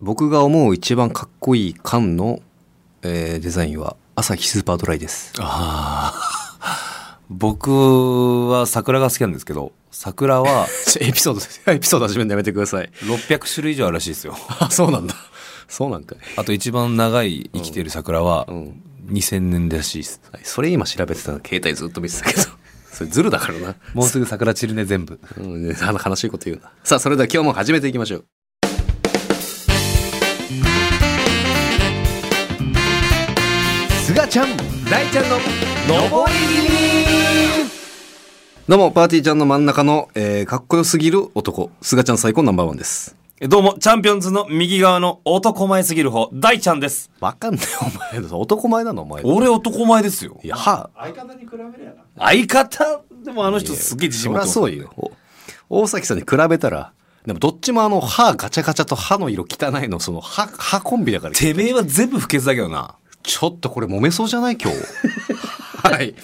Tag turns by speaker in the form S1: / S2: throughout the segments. S1: 僕が思う一番かっこいい缶の、えーデザインは朝日スーパードライです
S2: 僕は桜が好きなんですけど、桜は
S1: エピソードエピソード始めるのやめてください
S2: 600種類以上あるらしいですよ。
S1: あそうなんだそうなんかい
S2: あと一番長い生きている桜は
S1: ん
S2: 2000年らしいです。
S1: はいそれ今調べてたの携帯ずっと見てたけど それズルだからな
S2: もうすぐ桜散るね、全部。
S1: うん、ねあの悲しいこと言うな。さあ、それでは今日も始めていきましょう。すがちゃん、大ちゃんの、のぼりどうも、パーティーちゃんの真ん中の、えー、かっこよすぎる男、すがちゃん最高ナンバーワンです。
S2: どうも、チャンピオンズの右側の男前すぎる方、大ちゃんです。
S1: わかんない、お前。男前なの、お前。い
S2: 俺男前ですよ。
S1: や、は
S2: 相方でもあの人すげえ自信
S1: そ
S2: 持
S1: り
S2: って
S1: ゃ
S2: ます
S1: そうよ。お大崎さんに比べたら、でもどっちもあの、歯ガチャガチャと歯の色汚いの、その歯、歯コンビだから。
S2: てめえは全部不潔だけどな。
S1: ちょっとこれ揉めそうじゃない今日。 はい。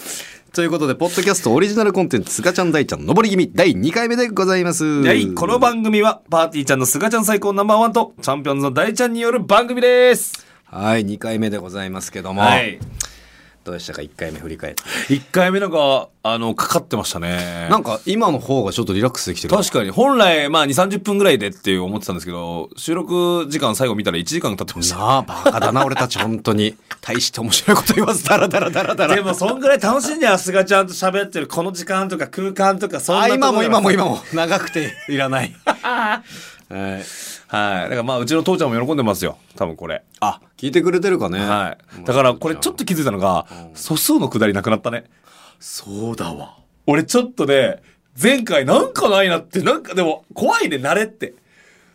S1: ということで、ポッドキャストオリジナルコンテンツ、すがちゃん大ちゃん、のぼり気味、第2回目でございます。
S2: はい、この番組は、パーティーちゃんのすがちゃん最高ナンバーワンと、チャンピオンズの大ちゃんによる番組です。
S1: はい、2回目でございますけども、
S2: はい。
S1: どうでしたか、1回目振り返って。
S2: 1回目なんか、あの、かかってましたね。
S1: なんか、今の方がちょっとリラックスできてる。
S2: 確かに、本来、まあ、2、30分ぐらいでって思ってたんですけど、収録時間最後見たら1時間経ってました。
S1: なあ、バカだな、俺たち、本当に。大して面白いこと言わず、だらだらだらだら。
S2: でも、そんぐらい楽しんで、すがちゃんと喋ってる、この時間とか空間とか、そんな
S1: あ、
S2: ところ
S1: 今も
S2: が
S1: 今も今も、長くていらない。はい。
S2: はい。だから、まあ、うちの父ちゃんも喜んでますよ。多分これ。
S1: あ、聞いてくれてるかね。
S2: はい。だから、これちょっと気づいたのが、素数のくだりなくなったね。
S1: そうだわ。
S2: 俺ちょっとね、前回なんかないなって、なんかでも怖いね、慣れって。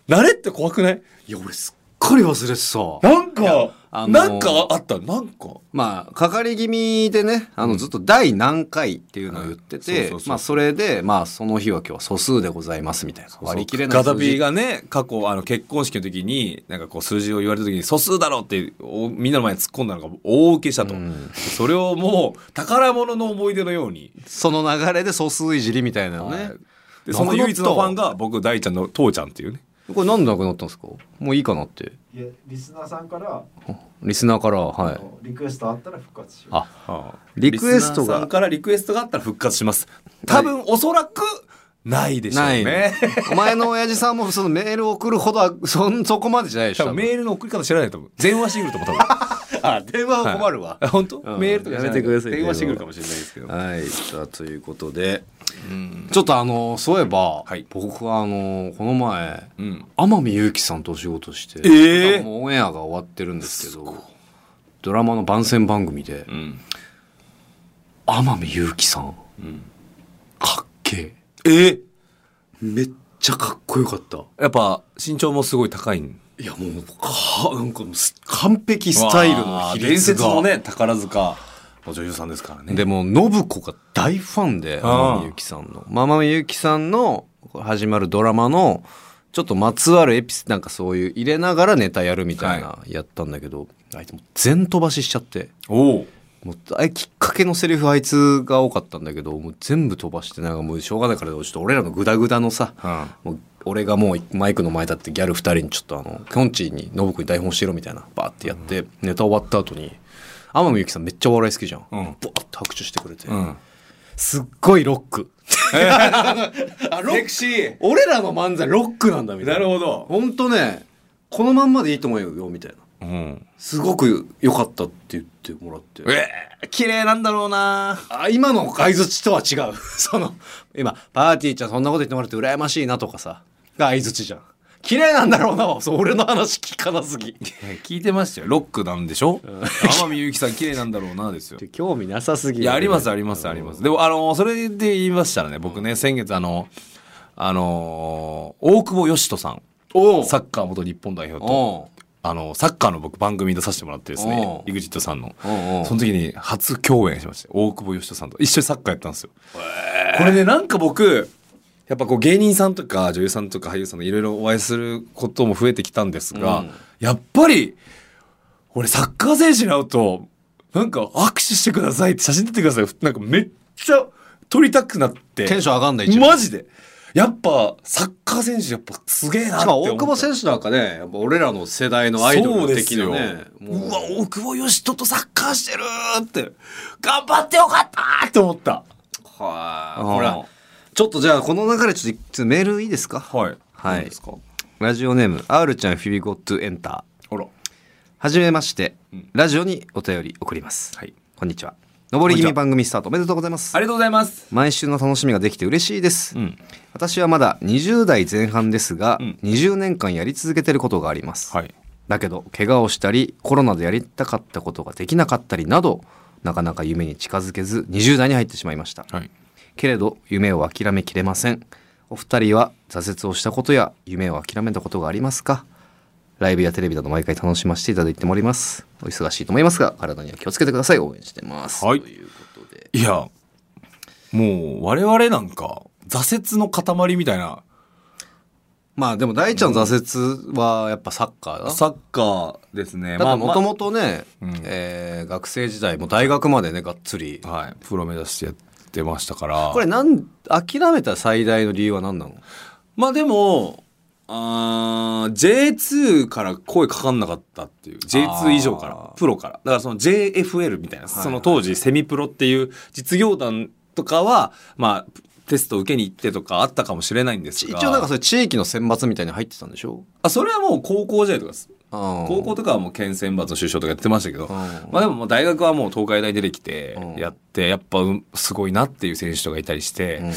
S2: 慣れって怖くない
S1: いや、俺すっかり忘れてたわ。
S2: なんか、
S1: あのー
S2: なんかあった、なんか。
S1: まあ、かかり気味でね、あの、ずっと第何回っていうのを言って
S2: はいそうそ
S1: て
S2: うそう、そう
S1: まあ、それで、まあ、その日は今日は素数でございますみたいな。割り切れない
S2: ガタ
S1: 数
S2: ピー
S1: 字。
S2: がね、過去、あの、結婚式の時に、なんかこう、数字を言われた時に、素数だろうって、おみんなの前に突っ込んだのが大受けしたと。それをもう、宝物の思い出のように。
S1: その流れで素数いじりみたいなのね。
S2: でその唯一のファンが、僕、大ちゃんの父ちゃんっていうね。
S1: これなんでなくなったんですかもういいかなって。
S3: いやリスナーさんから、
S1: リスナーから、はい。
S3: リクエストあったら復活しよう。
S1: あ、
S2: はあ
S1: リクエス
S2: リ
S1: トが
S2: スナーさんからリクエストがあったら復活します。多分、おそらく、ないでしょう
S1: ない
S2: ね。。
S1: お前の親父さんもそのメール送るほどは、そん、そこまでじゃないでし
S2: 多
S1: ょ。
S2: 分メールの送り方知らないと思う。電話してくると思 う、多分。
S1: あ、電話は困るわ
S2: あ、本当、
S1: うん
S2: メールとかじゃない
S1: やめてください
S2: 電話してくるかもしれないですけど。
S1: はい、さあということで、ちょっとあのそういえば、
S2: はい
S1: 僕はあのこの前、
S2: うん
S1: 天海祐希さんとお仕事して、
S2: ええ
S1: もうオンエアが終わってるんですけどドラマの番宣番組で
S2: うん。
S1: 天海祐希さん、かっけ
S2: え
S1: えめっちゃかっこよかった
S2: やっぱ、身長もすごい高いん
S1: いやもうかなんかもうす完璧スタイルの比率が
S2: 伝説のね、宝塚の女優さんですからね。
S1: でも、信子が大ファンで、
S2: ああ
S1: 天海祐希さんの。まあ天海祐希さんの始まるドラマの、ちょっとまつわるエピス、なんかそういう入れながらネタやるみたいな、やったんだけど、あいつもう全飛ばししちゃって。
S2: おお。
S1: もう、あれきっかけのセリフあいつが多かったんだけど、もう全部飛ばして、なんかもうしょうがないから、ちょっと俺らのグダグダのさ、もう俺がもうマイクの前だってギャル2人にちょっとあの、きょんちぃに信子に台本してろみたいな、バーってやって、ネタ終わった後に、天海祐希さんめっちゃお笑い好きじゃん。
S2: うん
S1: バーって拍手してくれて、
S2: うん。
S1: すっごいロッ ク。
S2: あ、セクシー
S1: 俺らの漫才ロックなんだみたい
S2: な
S1: な。
S2: る
S1: ほ
S2: ほど。
S1: ほんとね、このまんまでいいと思うよ、みたいな。
S2: うん。
S1: すごく良かったって言ってもらって。
S2: えー、綺麗なんだろうな
S1: あ今の相づちとは違う その今パーティーちゃんそんなこと言ってもらって羨ましいなとかさが相づちじゃん綺麗なんだろうなそう俺の話聞かなすぎ
S2: 聞いてましたよ。ロックなんでしょ天海祐希さん綺麗なんだろうなです よ。
S1: 興味なさすぎ
S2: いや、あります、あります、あります。でも、あの、それで言いましたらね、僕ね、先月、あの、あの、大久保嘉人さん、
S1: おう
S2: サッカー元日本代表と、
S1: おう
S2: あの、サッカーの僕番組出させてもらってですね
S1: お、う
S2: イグジットさんの。
S1: おうおう
S2: その時に初共演しまして、大久保嘉人さんと一緒にサッカーやったんですよ。これね、なんか僕、やっぱこう芸人さんとか女優さんとか俳優さんとかいろいろお会いすることも増えてきたんですが、
S1: うん
S2: やっぱり、俺サッカー選手に会うと、なんか握手してくださいって写真撮ってください。なんかめっちゃ撮りたくなって。
S1: テンション上がんない
S2: マジで。やっぱサッカー選手やっぱすげえなっ
S1: してかも
S2: 思った
S1: 大久保選手なんかねやっぱ俺らの世代のアイドル的なね
S2: そうですようわ
S1: もう
S2: 大久保嘉人とサッカーしてるって頑張ってよかったーって思った
S1: はい
S2: あー
S1: ほらちょっとじゃあこの流れちょっとメールいいですか
S2: はい
S1: はい
S2: 何ですか
S1: ラジオネーム R ちゃんフィビゴットエンター
S2: あら
S1: はじめまして
S2: うん
S1: ラジオにお便り送ります、
S2: はい
S1: こんにちは上り
S2: こんに
S1: 気
S2: ち
S1: 味
S2: は
S1: 番組スタートおめでとうございます
S2: ありがとうございます
S1: 毎週の楽しみができて嬉しいです、
S2: ん
S1: 私はまだ20代前半ですが、
S2: うん
S1: 20年間やり続けてることがあります、
S2: はい
S1: だけど怪我をしたりコロナでやりたかったことができなかったりなどなかなか夢に近づけず20代に入ってしまいました
S2: はい
S1: けれど夢を諦めきれませんお二人は挫折をしたことや夢を諦めたことがありますかライブやテレビなど毎回楽しませていただいておりますお忙しいと思いますが体には気をつけてください応援してます、
S2: はい
S1: ということで
S2: いやもう我々なんか挫折の塊みたいな
S1: まあでも大ちゃんの挫折はやっぱサッカーだ
S2: サッカーですね
S1: だ
S2: ま
S1: っ
S2: あ
S1: てもと
S2: ま
S1: もとね、
S2: うん
S1: えー学生時代も大学までねがっつり
S2: あはいプロ目指してやってましたから
S1: これなん諦めた最大の理由は何なの
S2: まあでも、あー J2 から声かかんなかったっていう。J2 以上か
S1: あ
S2: ら
S1: ー、
S2: プロから。だからその JFL みたいな、
S1: はい
S2: その当時セミプロっていう実業団とかは、まあ、テスト受けに行ってとかあったかもしれないんです
S1: 一
S2: が。
S1: 応なんかそれ地域の選抜みたいに入ってたんでしょ
S2: あ、それはもう高校時代とかです。
S1: 高
S2: 高校とかはもう県選抜の出場とかやってましたけど、
S1: ん
S2: まあでももう大学はもう東海大出てき
S1: うん
S2: て、やって、やっぱうんすごいなっていう選手とかいたりして、
S1: うん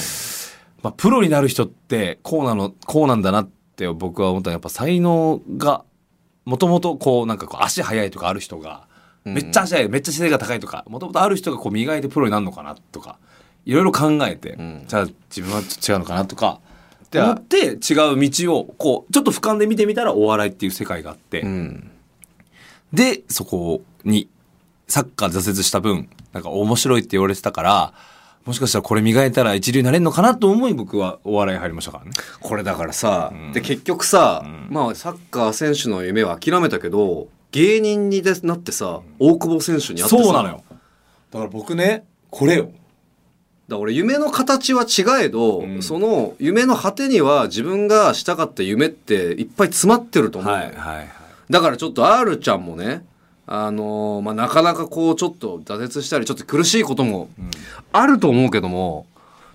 S2: まあ、プロになる人ってこうなの、こうなんだなって僕は思ったのはやっぱ才能が、もともとこうなんかこう足速いとかある人が、
S1: うん
S2: めっちゃ足速い、めっちゃ背が高いとか、もともとある人がこう磨いてプロになるのかなとか、いろいろ考えて、
S1: ん
S2: じゃあ自分はちょっと違うのかなとか、
S1: じゃあ
S2: 思って違う道をこう、ちょっと俯瞰で見てみたらお笑いっていう世界があって、
S1: うん
S2: で、そこに、サッカーで挫折した分、なんか面白いって言われてたから、もしかしたらこれ磨いたら一流になれるのかなと思い僕はお笑い入りましたからね。
S1: これだからさ、
S2: うん
S1: で結局さ、
S2: ん
S1: まあ、サッカー選手の夢は諦めたけど芸人にでなってさ大久保選手に会ってさ
S2: そうなの
S1: だか
S2: よ。だから僕ね、これよ。
S1: ら俺夢の形は違えど、
S2: うん
S1: その夢の果てには自分がしたかった夢っていっぱい詰まってると思うのよ、
S2: はいはいはい。
S1: だからちょっと R ちゃんもね、あのーまあ、なかなかこうちょっと挫折したりちょっと苦しいこともあると思うけども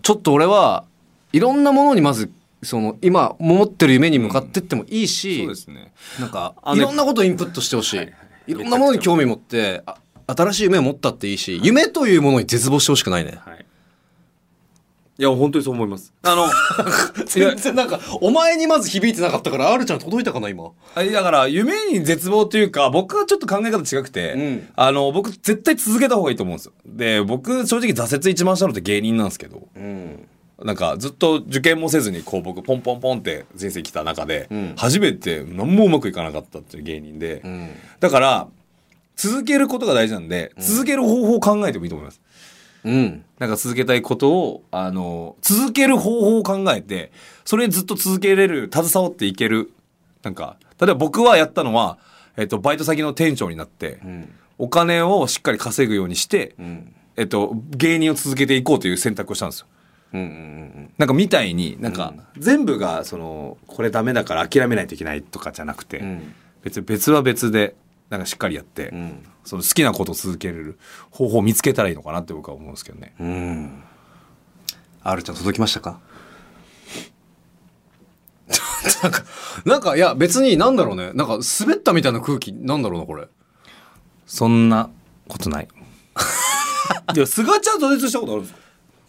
S1: ちょっと俺はいろんなものにまずその今持ってる夢に向かってってもいいし、
S2: そうですね。
S1: なんか
S2: あ
S1: い
S2: の
S1: ろんなことをインプットしてほしい、
S2: はいいはい
S1: ろんなものに興味持ってあ新しい夢を持ったっていいし夢というものに絶望してほしくないね。
S2: はい。いや、本当にそう思います。あの、
S1: 全然なんかお前にまず響いてなかったから R ちゃん届いたかな今。
S2: あれだから、夢に絶望というか、僕はちょっと考え方違くて、
S1: うん
S2: あの、僕絶対続けた方がいいと思うんですよ。で、僕正直挫折一番したのって芸人なんですけど、
S1: うん、
S2: なんかずっと受験もせずにこう僕ポンポンポンって人生来た中で、
S1: うん
S2: 初めて何もうまくいかなかったっていう芸人で、
S1: うん
S2: だから、続けることが大事なんで、続ける方法を考えてもいいと思います。
S1: うん
S2: なんか続けたいことを、あの、続ける方法を考えて、それにずっと続けれる、携わっていける。なんか、例えば僕はやったのは、えっと、バイト先の店長になって、
S1: うん
S2: お金をしっかり稼ぐようにして、
S1: うん
S2: えっと、芸人を続けていこうという選択をしたんですよ。
S1: うんうん
S2: なんかみたいに、なんか、全部が、その、これダメだから諦めないといけないとかじゃなくて、
S1: うん
S2: 別に別は別で、なんかしっかりやって、
S1: うん
S2: その好きなことを続けれる方法を見つけたらいいのかなって僕は思うんですけどね。
S1: うん。R ちゃん届きましたかなんか、なんか、いや、別になんだろうね。なんか、滑ったみたいな空気、なんだろうな、これ。
S2: そんなこと ない。いや、菅ちゃんと挫折したことあるんですか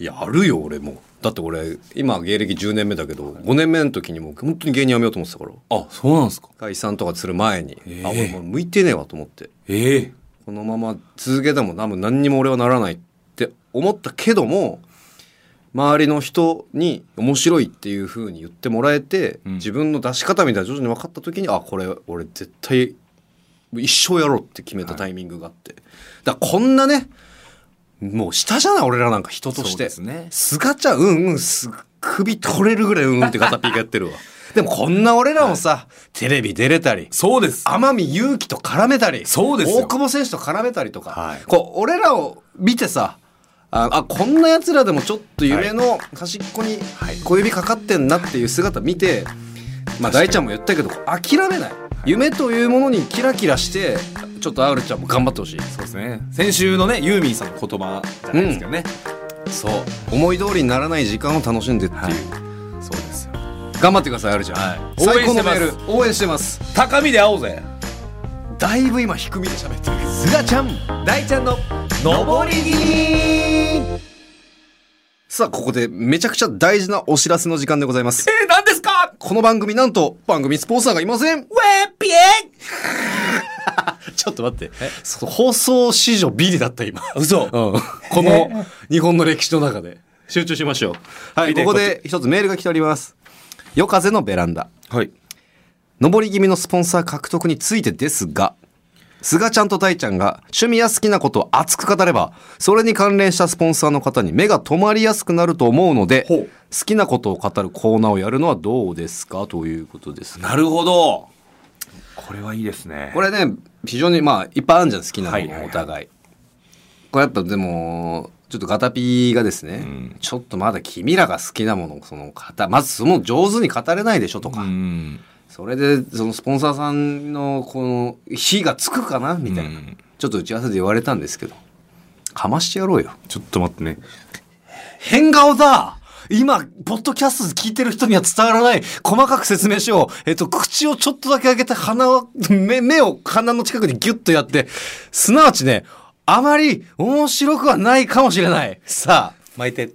S1: いや、あるよ、俺も。だって俺、今、芸歴10年目だけど、5年目の時にもう、本当に芸人辞めようと思ってたから。
S2: あ、そうなんですか
S1: 解散とかする前に。
S2: ええ
S1: あ、俺もう向いてねえわと思って。
S2: ええ
S1: このまま続けても多分何にも俺はならないって思ったけども周りの人に面白いっていう風に言ってもらえて、
S2: うん
S1: 自分の出し方みたいなの徐々に分かった時にあこれ俺絶対一生やろうって決めたタイミングがあって、だからこんなねもう下じゃない俺らなんか人とし
S2: そうで
S1: て
S2: すね
S1: すがちゃんうんうんす首取れるぐらいうんうんって片ピーがや ってるわでもこんな俺らもさ、テレビ出れたり
S2: そうです。
S1: 天海祐希と絡めたり
S2: そうですよ
S1: 大久保選手と絡めたりとか、
S2: はい
S1: こう俺らを見てさああこんなやつらでもちょっと夢の端っこに小指かかってんなっていう姿見て、まあ、大ちゃんも言ったけど諦めない夢というものにキラキラしてちょっと R ちゃんも頑張ってほしい
S2: そうですね先週のねユーミンさんの言葉じゃないですけどね、
S1: そう思い通りにならない時間を楽しんでっていう、
S2: はいそうですよ
S1: 頑張ってください R ちゃん、
S2: はい
S1: 最高のメ
S2: 応援して
S1: ー
S2: ま
S1: ル応援してます
S2: 高みで会おうぜ
S1: だいぶ今低みで喋ってるすがちゃん
S2: 大ちゃんの上り気味
S1: さあここでめちゃくちゃ大事なお知らせの時間でございます
S2: えー、何ですか
S1: この番組なんと番組スポンサーがいません
S2: ウェピエ
S1: ちょっと待って。そう放送史上ビリだった今。
S2: ン嘘
S1: うん。この日本の歴史の中で。集中しましょう。はい、
S2: 見て
S1: ここで一つメールが来ております。夜風のベランダ。
S2: はい
S1: 上り気味のスポンサー獲得についてですが、菅ちゃんと大ちゃんが趣味や好きなことを熱く語れば、それに関連したスポンサーの方に目が止まりやすくなると思うので、
S2: ほ
S1: 好
S2: う
S1: きなことを語るコーナーをやるのはどうですかということですね。
S2: なるほどこれはいいですね
S1: これね非常にまあいっぱいあるじゃん好きなもの、
S2: はいはいはい
S1: お互いこれやっぱでもちょっとガタピーがですね、
S2: うん
S1: ちょっとまだ君らが好きなものその方まずその上手に語れないでしょとか、
S2: うん
S1: それでそのスポンサーさんのこの火がつくかなみたいな、
S2: うん
S1: ちょっと打ち合わせで言われたんですけどかましてやろうよ
S2: ちょっと待ってね
S1: 変顔だ今、ポッドキャスト聞いてる人には伝わらない。細かく説明しよう。えっと、口をちょっとだけ開けて、鼻を、目、目を鼻の近くにギュッとやって、すなわちね、あまり面白くはないかもしれない。さあ、
S2: 巻いて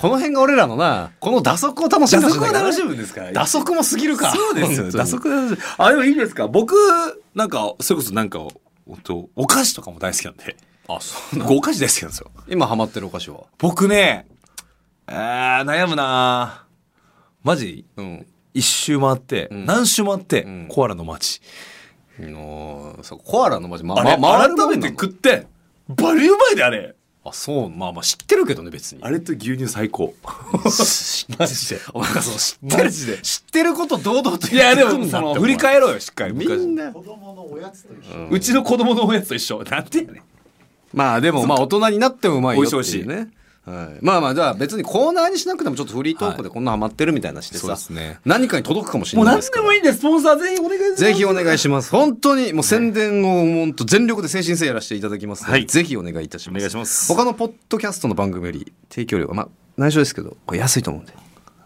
S1: この辺が俺らのな、この打足を楽し
S2: 打
S1: むんだ
S2: 足を楽しむんですから
S1: 打足も過ぎるか。
S2: そうですよ
S1: 本当に
S2: 打足楽しむあでもいいですか僕なんかそれこそなんかほんとお菓子とかも大好きなんで
S1: あ、そう。
S2: 僕お菓子大好きなんですよ
S1: 今ハマってるお菓子は。
S2: 僕ねあー悩むなマジ
S1: うん。
S2: 一周回って、
S1: ん
S2: 何周回って、
S1: ん
S2: コアラの街、
S1: のそうコアラのマジ、ま、
S2: あれ、
S1: ま
S2: 改めて食ってバリうまいであれ
S1: あ、そう、まあまあ知ってるけどね、別に。
S2: あれと牛乳最高 マジ で
S1: お前がそう知って
S2: マ
S1: る
S2: ジで
S1: 知ってること堂々と
S2: い
S1: 言
S2: や
S1: っ
S2: で
S1: てくんだって
S2: もその
S1: お前
S2: 振り返ろうよしっかり
S1: み
S2: 昔
S1: んな
S3: 子供のおやつと一緒、
S2: うちの子供のおやつと一緒なんてやねん
S1: まあでもまあ大人になってもうまいよっていうね
S2: 美味しい美
S1: はい、まあまあじゃあ別にコーナーにしなくてもちょっとフリートークでこんなハマってるみたいなしてさ、
S2: はいそうですね
S1: 何かに届くかもし
S2: もう
S1: れない
S2: 何
S1: ですか
S2: で
S1: ら
S2: もいいんでスポンサー全員お願いします
S1: ぜひお願いします本当にもう宣伝を本当全力で精神誠意やらせていただきますので、
S2: はい
S1: ぜひお願いいたします
S2: お願いします
S1: 他のポッドキャストの番組より提供料がまあ内緒ですけどこれ安いと思うんで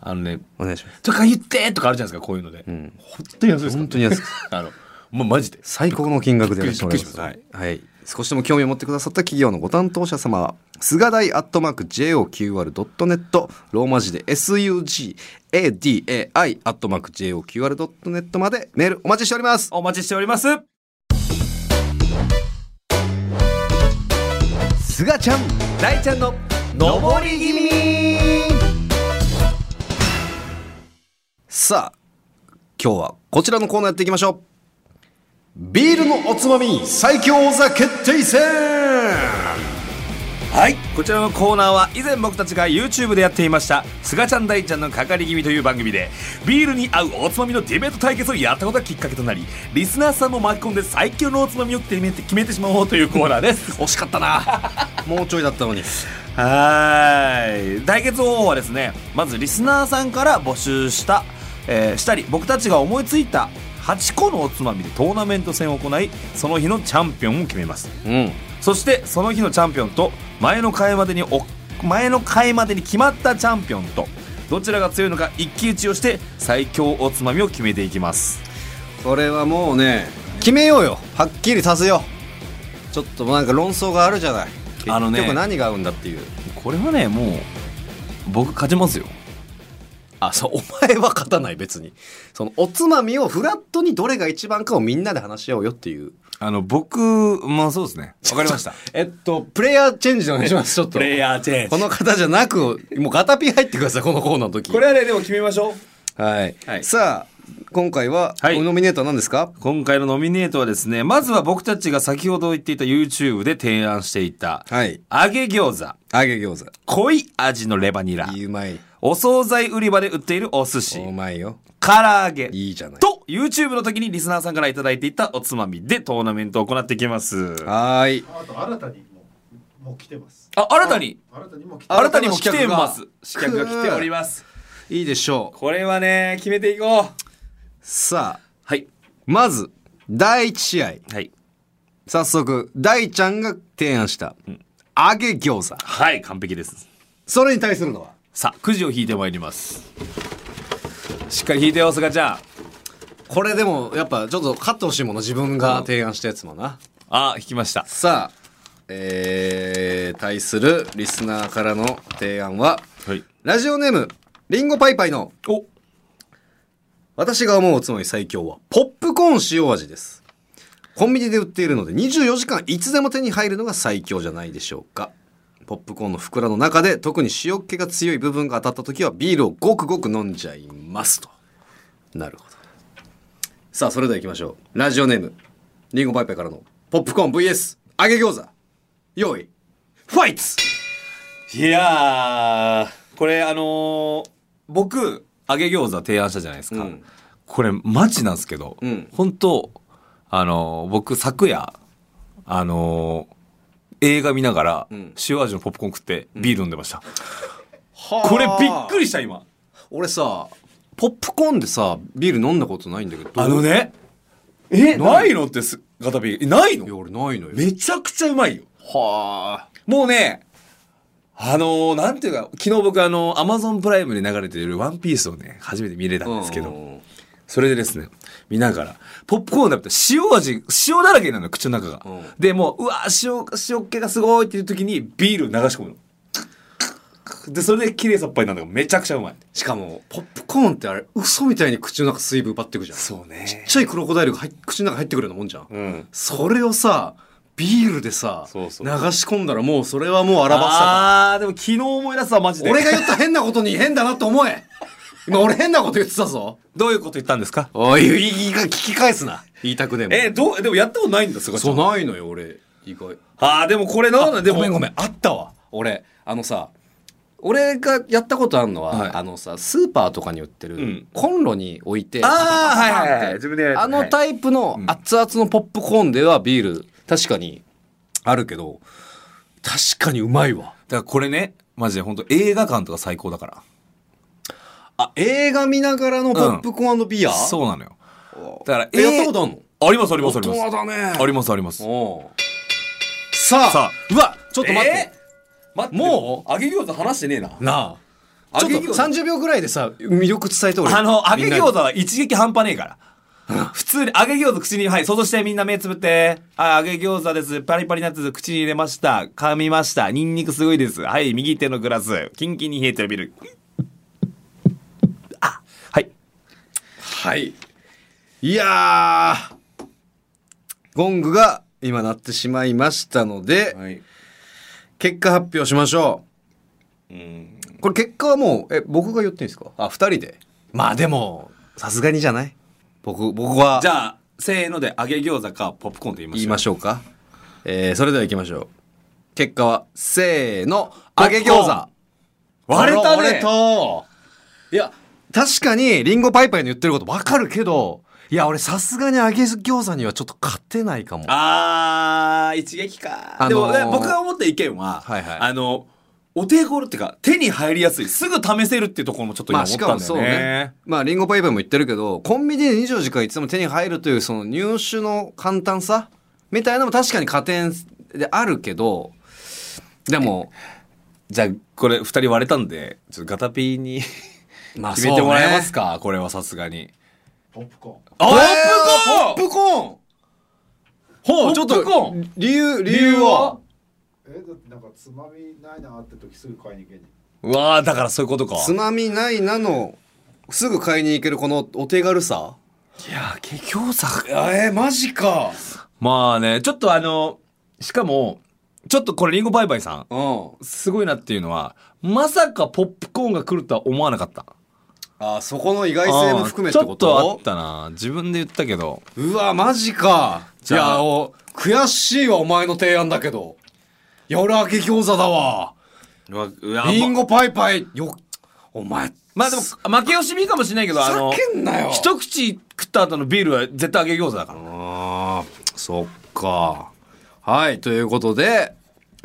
S2: あのね
S1: お願いします
S2: とか言ってとかあるじゃないですかこういうので、
S1: ん
S2: 本当に安いですから
S1: 本当に安く
S2: あの もうマジで
S1: 最高の金額でやらせてもらいます
S2: びっくりし
S1: はい、少しでも興味を持ってくださった企業のご担当者様は菅大アットマーク JOQR.net ローマ字で SUGADAI アットマーク JOQR.net までメールお待ちしております
S2: お待ちしております
S1: 菅ちゃん
S2: 大ちゃんの上り気味
S1: さあ今日はこちらのコーナーやっていきましょうビールのおつまみ最強王座決定戦
S2: はいこちらのコーナーは以前僕たちが YouTube でやっていました「すがちゃん大ちゃんのかかり気味」という番組でビールに合うおつまみのディベート対決をやったことがきっかけとなりリスナーさんも巻き込んで最強のおつまみを決めて決めてしまおうというコーナーです惜しかったな
S1: もうちょいだったのに
S2: はーい対決方法はですねまずリスナーさんから募集した、えーしたり僕たちが思いついた8個のおつまみでトーナメント戦を行いその日のチャンピオンを決めます
S1: うん
S2: そしてその日のチャンピオンと前の回までにお前の回までに決まったチャンピオンとどちらが強いのか一騎打ちをして最強おつまみを決めていきます
S1: それはもうね決めようよはっきりさせようちょっとなんか論争があるじゃない
S2: あのね
S1: 結局何が合うんだっていう
S2: これはねもう僕勝ちますよ
S1: あそうお前は勝たない別にそのおつまみをフラットにどれが一番かをみんなで話し合おうよっていう
S2: あの僕まあそうですねわかりました
S1: えっとプレイヤーチェンジでお願いしますちょっと
S2: プレイヤーチェンジ
S1: この方じゃなくもうガタピー入ってくださいこのコーナーの時
S2: これはねでも決めましょう
S1: はい、
S2: はい
S1: さあ今回は、
S2: はい
S1: ノミネートは何ですか
S2: 今回のノミネートはですねまずは僕たちが先ほど言っていた YouTube で提案していた、
S1: はい
S2: 揚げ餃子
S1: 揚げ餃子
S2: 濃い味のレバニラ
S1: いいうまいう
S2: お惣菜売り場で売っているお寿司
S1: おまいよ
S2: 唐揚げ
S1: いいじゃない
S2: と YouTube の時にリスナーさんから頂いていたおつまみでトーナメントを行っていきます
S1: はーい
S3: あと新たにもうもう来てます
S2: あ新たに
S3: 新たにも来て
S2: 新たにも来てます
S1: 新
S2: 刺
S1: たな
S2: 客
S1: 刺客
S2: が
S1: が
S2: 来ております
S1: いいでしょう
S2: これはね決めていこう
S1: さあ
S2: はい
S1: まず第1試合
S2: はい
S1: 早速大ちゃんが提案した揚げ餃子
S2: はい完璧です
S1: それに対するのは
S2: さあくじを引いてまいりますしっかり引いてよすがちゃん
S1: これでもやっぱちょっと勝ってほしいもの自分が提案したやつもな
S2: あ引きました
S1: さあえー、対するリスナーからの提案は
S2: はい
S1: ラジオネームリンゴパイパイの
S2: お
S1: 私が思うおつまみ最強はポップコーン塩味ですコンビニで売っているので24時間いつでも手に入るのが最強じゃないでしょうかポップコーンの袋の中で特に塩気が強い部分が当たった時はビールをごくごく飲んじゃいますとなるほどさあそれでは行きましょうラジオネームリンゴパイパイからのポップコーン VS 揚げ餃子用意ファイツ
S2: いやーこれあのー僕揚げ餃子提案したじゃないですか、
S1: うん
S2: これマジなんですけど、
S1: うん
S2: 本当あのー僕昨夜あのー映画見ながら
S1: ん
S2: 塩味のポップコーン食ってビール飲んでました、
S1: はあ
S2: これびっくりした今
S1: 俺さポップコーンでさビール飲んだことないんだけど
S2: あのねえないのってすガタビーない
S1: い
S2: の
S1: や俺ないのよ
S2: めちゃくちゃうまいよ
S1: はあ
S2: もうね、あのーなんていうか、昨日僕あのー、アマゾンプライムで流れているワンピースをね、初めて見れたんですけど、
S1: うん
S2: それでですね、見ながら、ポップコーン食べたら塩味、塩だらけなのよ、口の中が。
S1: うん
S2: で、もう、うわー塩、塩気がすごいっていう時にビール流し込むの。で、それで綺麗さっぱりなんだからめちゃくちゃうまい。
S1: しかもポップコーンってあれ嘘みたいに口の中水分奪ってくじゃんちっ
S2: そうね。
S1: ちゃいクロコダイルが入っ口の中入ってくるようなもんじゃん、
S2: うん。
S1: それをさビールでさ
S2: そうそう
S1: 流し込んだらもうそれはもう荒ばっさ
S2: あー、でも昨日思い出すわ、マジで。
S1: 俺が言った変なことに変だなと思え今俺変なこと言ってたぞ
S2: どういうこと言ったんですか
S1: おい言いが聞き返すな言いたくねえ
S2: え、どう、でもやったことないんだ、すご
S1: もんそうないのよ俺意外
S2: あー、でもこれなんだ、でも。
S1: ごめんごめんあったわ俺あのさ俺がやったことあるのは、
S2: はい
S1: あのさスーパーとかに売ってる、
S2: ん
S1: コンロに置いて
S2: あー
S1: パンパンパン
S2: はいはいはい
S1: って
S2: 自分でやるやつ
S1: あのタイプの熱々のポップコーンではビール確かにあるけど確かにうまいわ
S2: だからこれね、マジで本当映画館とか最高だから。
S1: あ映画見ながらのポップコーンビア、
S2: そうなのよ。だから、
S1: えやったことあるの
S2: ありますありますあります。
S1: だね
S2: ありますあります。
S1: おうさあ
S2: さあ
S1: うわちょっと待って、
S2: 待ってもう、揚げ餃子話してねえな。
S1: なあち
S2: 揚
S1: ょっ
S2: げ
S1: と
S2: 餃子
S1: 30秒ぐらいでさ魅力伝えて俺
S2: あの、揚
S1: みん
S2: げ
S1: なに
S2: 餃子は一撃半端ねえから。普通に揚げ餃子口に、はい、想像してみんな目つぶって。はい、揚げ餃子です。パリパリなやつ口に入れました。噛みました。ニンニクすごいです。はい、右手のグラス。キンキンに冷えてるビール。あ、はい。
S1: はい。いやー、ゴングが今鳴ってしまいましたので、
S2: はい。
S1: 結果発表しましょう。これ結果はもう、え、僕が言っていいんですかあ、二人で。まあでも、さすがにじゃない僕、僕は
S2: じゃあ、せーので揚げ餃子かポップコーンと言いましょう。
S1: 言いましょうか。えー、それでは行きましょう。結果は、せーの、揚げ餃子。
S2: 割れたね
S1: 割れたいや、確かに、リンゴパイパイの言ってることわかるけど、いや、俺さすがに揚げ餃子にはちょっと勝てないかも。
S2: あー、一撃か。
S1: あのー
S2: でもね、僕が思った意見は、
S1: はいはい
S2: あの、お手頃っていうか、手に入りやすい、すぐ試せるっていうところもちょっと今
S1: まあ
S2: 思っ
S1: したか
S2: ん
S1: も
S2: だ
S1: そ
S2: よ
S1: う
S2: ね。
S1: ね。まあリンゴパイパイも言ってるけど、コンビニで24時間いつでも手に入るというその入手の簡単さみたいなのも確かに加点であるけど、でも、
S2: じゃあ、これ二人割れたんで、ちょっとガタピーに
S1: まあ
S2: 決めてもらえますか、これはさすがに。
S3: ポップコーン
S2: ポ
S1: そうね。
S2: ップ
S1: ポップコーンほう、ちょっ
S2: ポップコ
S1: と
S2: ー、
S1: 理由、理
S2: 理由
S1: 由
S2: は
S1: は
S3: えだってなんかつまみないなって時すぐ買いに行けに
S2: うわー、だからそういうことか。
S1: つまみないなの、すぐ買いに行けるこのお手軽さ
S2: いやー、揚げ餃子。
S1: えー、マジか。
S2: まあね、ちょっとあの、しかも、ちょっとこれリンゴバイバイさん、
S1: うん。
S2: すごいなっていうのは、まさかポップコーンが来るとは思わなかった。
S1: あー、そこの意外性も含めってこと
S2: あーちょっとあったな自分で言ったけど
S1: うわ、マジか。い
S2: じゃあ
S1: や、お悔しいわ、お前の提案だけど。いや、俺、揚げ餃子だわ。リン
S2: ゴ
S1: ゴパイパイ、よ、お前、
S2: まあでも負け惜しみかもしれないけどあの
S1: ふざけんなよ。
S2: 一口食った後のビールは絶対揚げ餃子だから
S1: ああ、そっか。はい、ということで、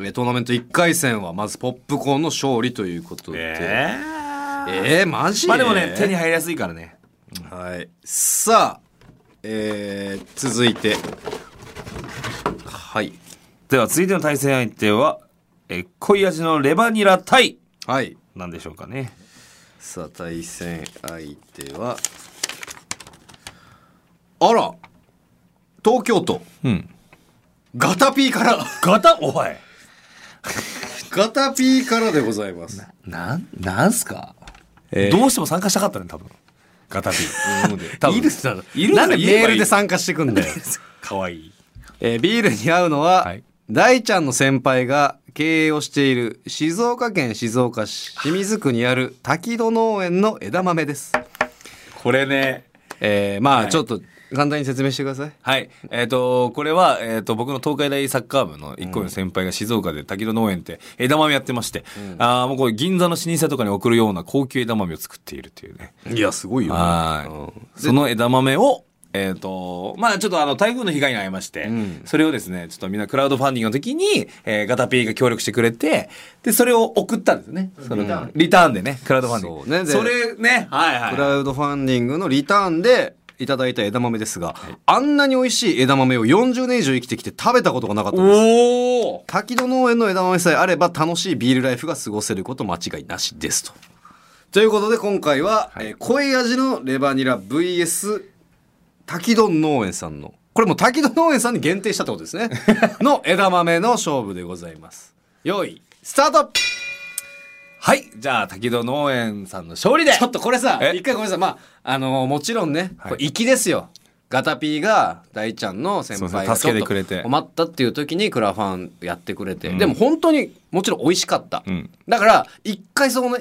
S1: えートーナメント1回戦はまずポップコーンの勝利ということで。え
S2: えー
S1: ーマジ
S2: まあでもね手に入りやすいからね
S1: はい。さあ、えー、続いて。はい。
S2: では続いての対戦相手はえー濃い味のレバニラ対
S1: はい。
S2: なんでしょうかね
S1: さあ、対戦相手は。あら東京都。
S2: うん
S1: ガタピー から。
S2: ガタおい
S1: ガタピーからでございます。
S2: なんなんすか、
S1: えー
S2: どうしても参加したかったね多分ガタピー多分
S1: いるだろ
S2: いる
S1: な
S2: なんら
S1: で
S2: 言えばいい
S1: メールで参加してくんだよ。
S2: かわいい
S1: えービールに合うのは、
S2: はい
S1: 大ちゃんの先輩が経営をしている静岡県静岡市清水区にある滝戸農園の枝豆です。
S2: これね
S1: えーまあ、ちょっと簡単に説明してください。
S2: はい。えっ、と、これは、えっ、と、僕の東海大サッカー部の一個上の先輩が静岡で滝戸農園って枝豆やってまして、ああ、もうこれ銀座の老舗とかに送るような高級枝豆を作っているっていうね。
S1: いや、すごいよ、
S2: はーい。その枝豆を、えっ、と、まあちょっとあの台風の被害に遭いまして、
S1: ん
S2: それをですね、ちょっとみんなクラウドファンディングの時に、えーガタピーが協力してくれて、で、それを送ったんですね。その
S3: リターン
S2: リターンでね、クラウドファンディング。
S1: そうねで
S2: それね、はいはい。
S1: クラウドファンディングのリターンでいただいた枝豆ですが、あんなに美味しい枝豆を40年以上生きてきて食べたことがなかったです。
S2: おお
S1: 滝戸農園の枝豆さえあれば楽しいビールライフが過ごせること間違いなしですと。ということで今回は、えー濃い味のレバニラ VS 滝戸農園さんのこれもう滝戸農園さんに限定したってこ とですねの枝豆の勝負でございます。よいスタート
S2: はい、じゃあ滝戸農園さんの勝利で
S1: ちょっとこれさ
S2: え、
S1: 一回ごめんなさい。まあ、あのーもちろんね、
S2: はい
S1: これ粋ですよ。ガタピーが大ちゃんの先
S2: そう
S1: 輩
S2: で
S1: が
S2: すね助けて
S1: ちょっと
S2: くれて
S1: 困ったっていう時にクラファンやってくれて、でも本当にもちろん美味しかった、
S2: うん
S1: だから一回その